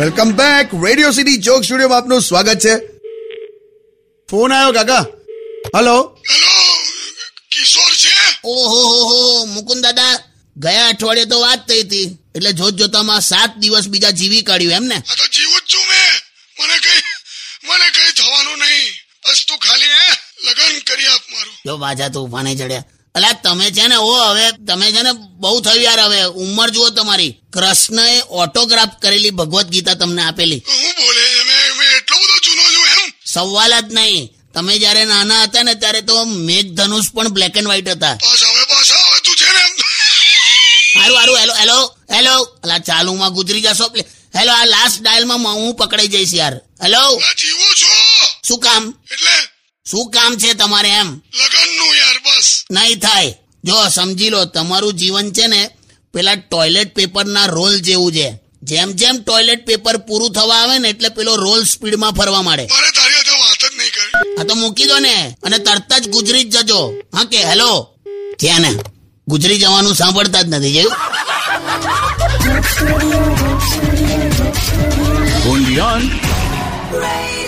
Welcome back radio city joke સ્ટુડિયોમાં આપનું સ્વાગત છે ફોન આવ્યો કાકા હલો કિશોર છે ઓહો હો હો મુકુંદ દાદા ગયા અઠવાડિયે તો વાત થઈ હતી એટલે જોત જોતામાં સાત દિવસ બીજા જીવી કાઢ્યું એમ ને આ તો જીવું જ છું મેં મને કઈ મને કઈ થવાનું નહીં બસ તું ખાલી હે લગન કરી આપ મારું જો બાજા તો ઉભાને ચડ્યા અલા તમે છે ને ઓ હવે તમે છે ને બહુ થયું યાર હવે ઉંમર જુઓ તમારી કૃષ્ણએ ઓટોગ્રાફ કરેલી ભગવદ્ ગીતા તમને આપેલી હું બોલે મેં મેં એટલો બધો જૂનો છું એમ સવાલ જ નહીં તમે જ્યારે નાના હતા ને ત્યારે તો મેઘધનુષ પણ બ્લેક એન્ડ વ્હાઈટ હતા બસ હવે બસ હવે તું છે ને એમ. હારું હારું હેલો હેલો હેલો અલા ચાલુમાં ગુજરી જશો પ્લે હેલો આ લાસ્ટ ડાયલમાં હું પકડાઈ જઈશ યાર હેલો આ જીવું છું શું કામ એટલે શું કામ છે તમારે એમ લગનનું યાર બસ નહીં થાય જો સમજી લો તમારું જીવન છે ને પેલા ટોયલેટ પેપરના રોલ જેવું છે જેમ જેમ ટોયલેટ પેપર પૂરું થવા આવે ને એટલે પેલો રોલ સ્પીડમાં ફરવા માંડે મારે તારી સાથે વાત જ નહીં કરી આ તો મૂકી દો ને અને તરત જ ગુજરી જ જજો હા કે હેલો ત્યાં ને ગુજરી જવાનું સાંભળતા જ નથી જોયું Undian. Radio